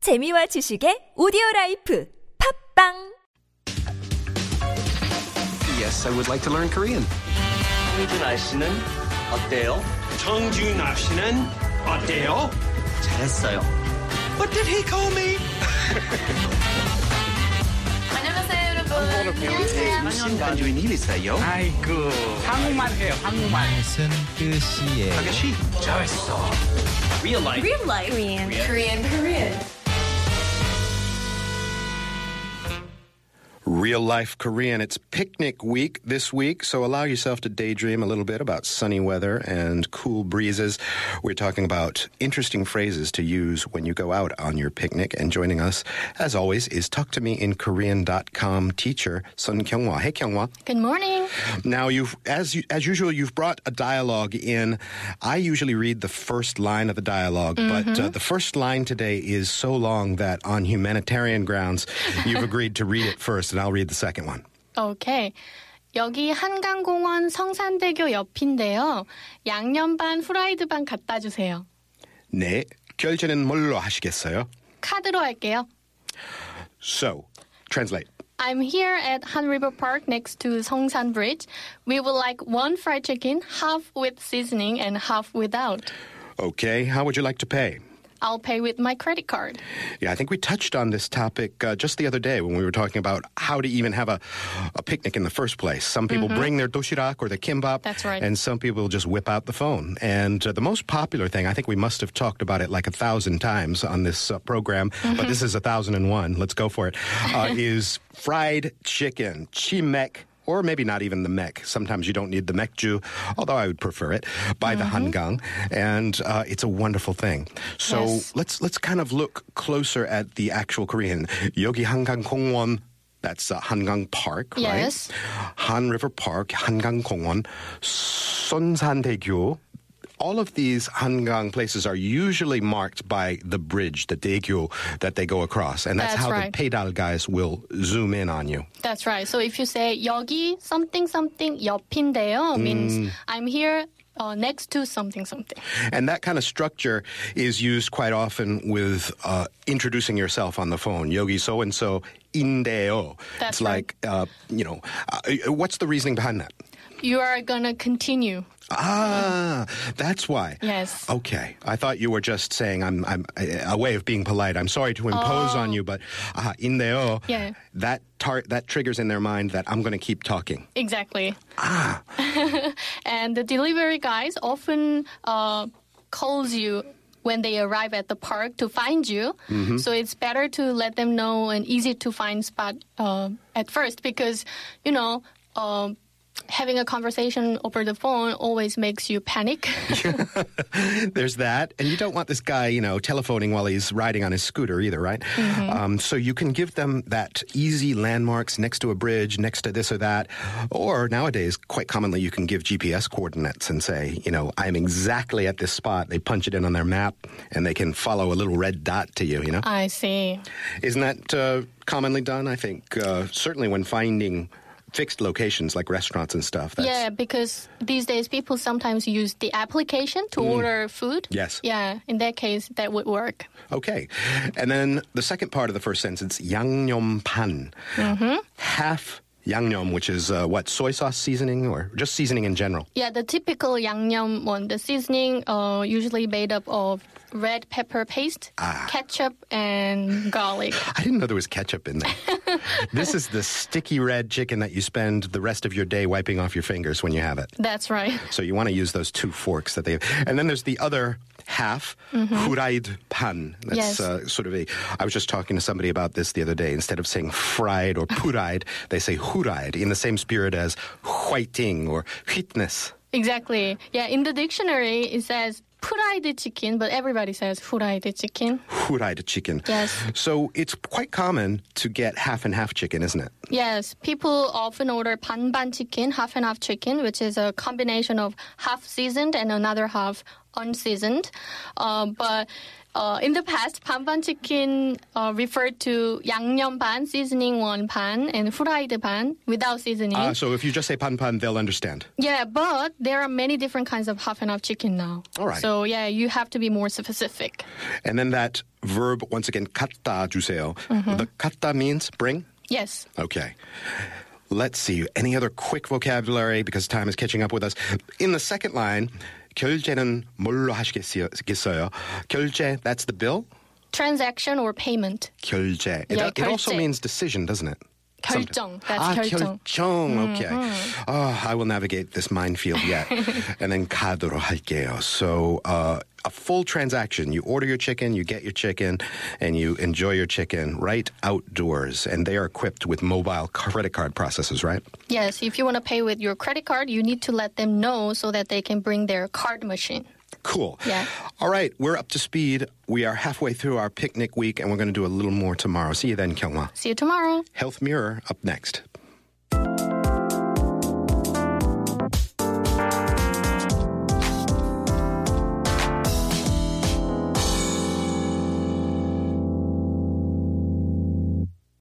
재미와 지식의 오디오 라이프 팝빵! Yes, I would like to learn Korean. 홍준아 씨는 그 어때요? 정준하 씨는 어때요? 잘했어요. What did he call me? 안녕하세요 여러분. 안녕하세요. 무슨 반주인 일 있어요? 무슨 뜻이에요? 아가씨 잘했어. Real life. Korean Korean. Real life Korean. It's picnic week this week, so allow yourself to daydream a little bit about sunny weather and cool breezes. We're talking about interesting phrases to use when you go out on your picnic. And joining us, as always, is Talk to Me in Korean.com teacher Sun Kyunghwa. Hey, Kyunghwa. Good morning. Now you've as you, as usual you've brought a dialogue in. I usually read the first line of the dialog but Mm-hmm. uh, the first line today is so long that on humanitarian grounds you've agreed to read it first and I'll read the second one. Okay. 여기 한강공원 성산대교 옆인데요. 양념 반 후라이드 반 갖다 주세요. 네, 결제는 뭘로 하시겠어요? 카드로 할게요. So, translate. I'm here at Han River Park next to Songsan Bridge. We would like one fried chicken, half with seasoning and half without. Okay, how would you like to pay? I'll pay with my credit card. Yeah, I think we touched on this topic uh, just the other day when we were talking about how to even have a, a picnic in the first place. Some people bring their doshirak or their kimbap. Mm-hmm. That's right. And some people just whip out the phone. And uh, the most popular thing, I think we must have talked about it like a thousand times on this uh, program, but this is a thousand and one. Let's go for it. Uh, is fried chicken, chimek. Or maybe not even the mek. Sometimes you don't need the mekju, although I would prefer it by the hangang, and uh, it's a wonderful thing. So Yes. let's let's kind of look closer at the actual Korean. Yogi Hangang Kongwon, that's uh, Hangang Park, right? Yes. Han River Park, Hangang Kongwon, Sonsan-daegyo. All of these Hangang places are usually marked by the bridge, the daegyo that they go across, and that's, That's how right. the pedal guys will zoom in on you. That's right. So if you say 여기 something something 옆인데요 means I'm here uh, next to something something. And that kind of structure is used quite often with uh, introducing yourself on the phone. Yogi so and so indeo. That's It's like uh, you know, uh, what's the reasoning behind that? You are gonna continue. Ah, that's why. Yes. Okay. I thought you were just saying I'm I'm a way of being polite. I'm sorry to impose on you, but uh, indeo. Yeah. That tar- that triggers in their mind that I'm going to keep talking. Exactly. Ah. and the delivery guys often uh, calls you when they arrive at the park to find you. Mm-hmm. So it's better to let them know an easy to find spot uh, at first because you know. Um, Having a conversation over the phone always makes you panic. There's that. And you don't want this guy, you know, telephoning while he's riding on his scooter either, right? Um, so you can give them that easy landmarks next to a bridge, next to this or that. Or nowadays, quite commonly, you can give GPS coordinates and say, you know, I'm exactly at this spot. They punch it in on their map and they can follow a little red dot to you, you know? I see. Isn't that uh, commonly done? I think uh, certainly when finding fixed locations like restaurants and stuff. That's, yeah, because these days people sometimes use the application to order food. Mm. Yes. Yeah, in that case, that would work. Okay. And then the second part of the first sentence, yangnyeom pan. Half yangnyeom, which is uh, what, soy sauce seasoning or just seasoning in general? Yeah, the typical yangnyeom one, the seasoning uh, usually made up of red pepper paste, ketchup, and garlic. I didn't know there was ketchup in there. this is the sticky red chicken that you spend the rest of your day wiping off your fingers when you have it. That's right. So you want to use those two forks that they have. And then there's the other half, huraid pan. That's Mm-hmm. Yes. uh, sort of a. I was just talking to somebody about this the other day. Instead of saying fried or puraid, they say huraid in the same spirit as whiting or fitness. Exactly. Yeah, in the dictionary it says fried chicken, but everybody says fried chicken. Huraid chicken. Yes. So it's quite common to get half and half chicken, isn't it? Yes, people often order 반반 chicken, half and half chicken, which is a combination of half seasoned and another half unseasoned. Uh, but uh, in the past, 반반 chicken uh, referred to 양념 반, seasoning one pan, and fried pan without seasoning. Uh, so if you just say pan pan, they'll understand. yeah, but there are many different kinds of half and half chicken now. All right. So yeah, you have to be more specific. And then that verb, once again, katta juseo. Mm-hmm. The katta means bring. Yes. Okay. Let's see. Any other quick vocabulary because time is catching up with us. In the second line, 결제는 뭘로 하시겠어요? 결제, that's the bill. Transaction or payment. 결제. Yeah, it, it also 결제. means decision, doesn't it? 결정. That's ah, 결정. 결정. Okay. Oh, I will navigate this minefield yet. and then 가도록 할게요. So uh, a full transaction. You order your chicken, you get your chicken, and you enjoy your chicken right outdoors. And they are equipped with mobile credit card processors, right? Yes, if you want to pay with your credit card, you need to let them know so that they can bring their card machine. Cool. Yeah. All right, we're up to speed. We are halfway through our picnic week, and we're going to do a little more tomorrow. See you then, Kyungwa. See you tomorrow. Health Mirror up next.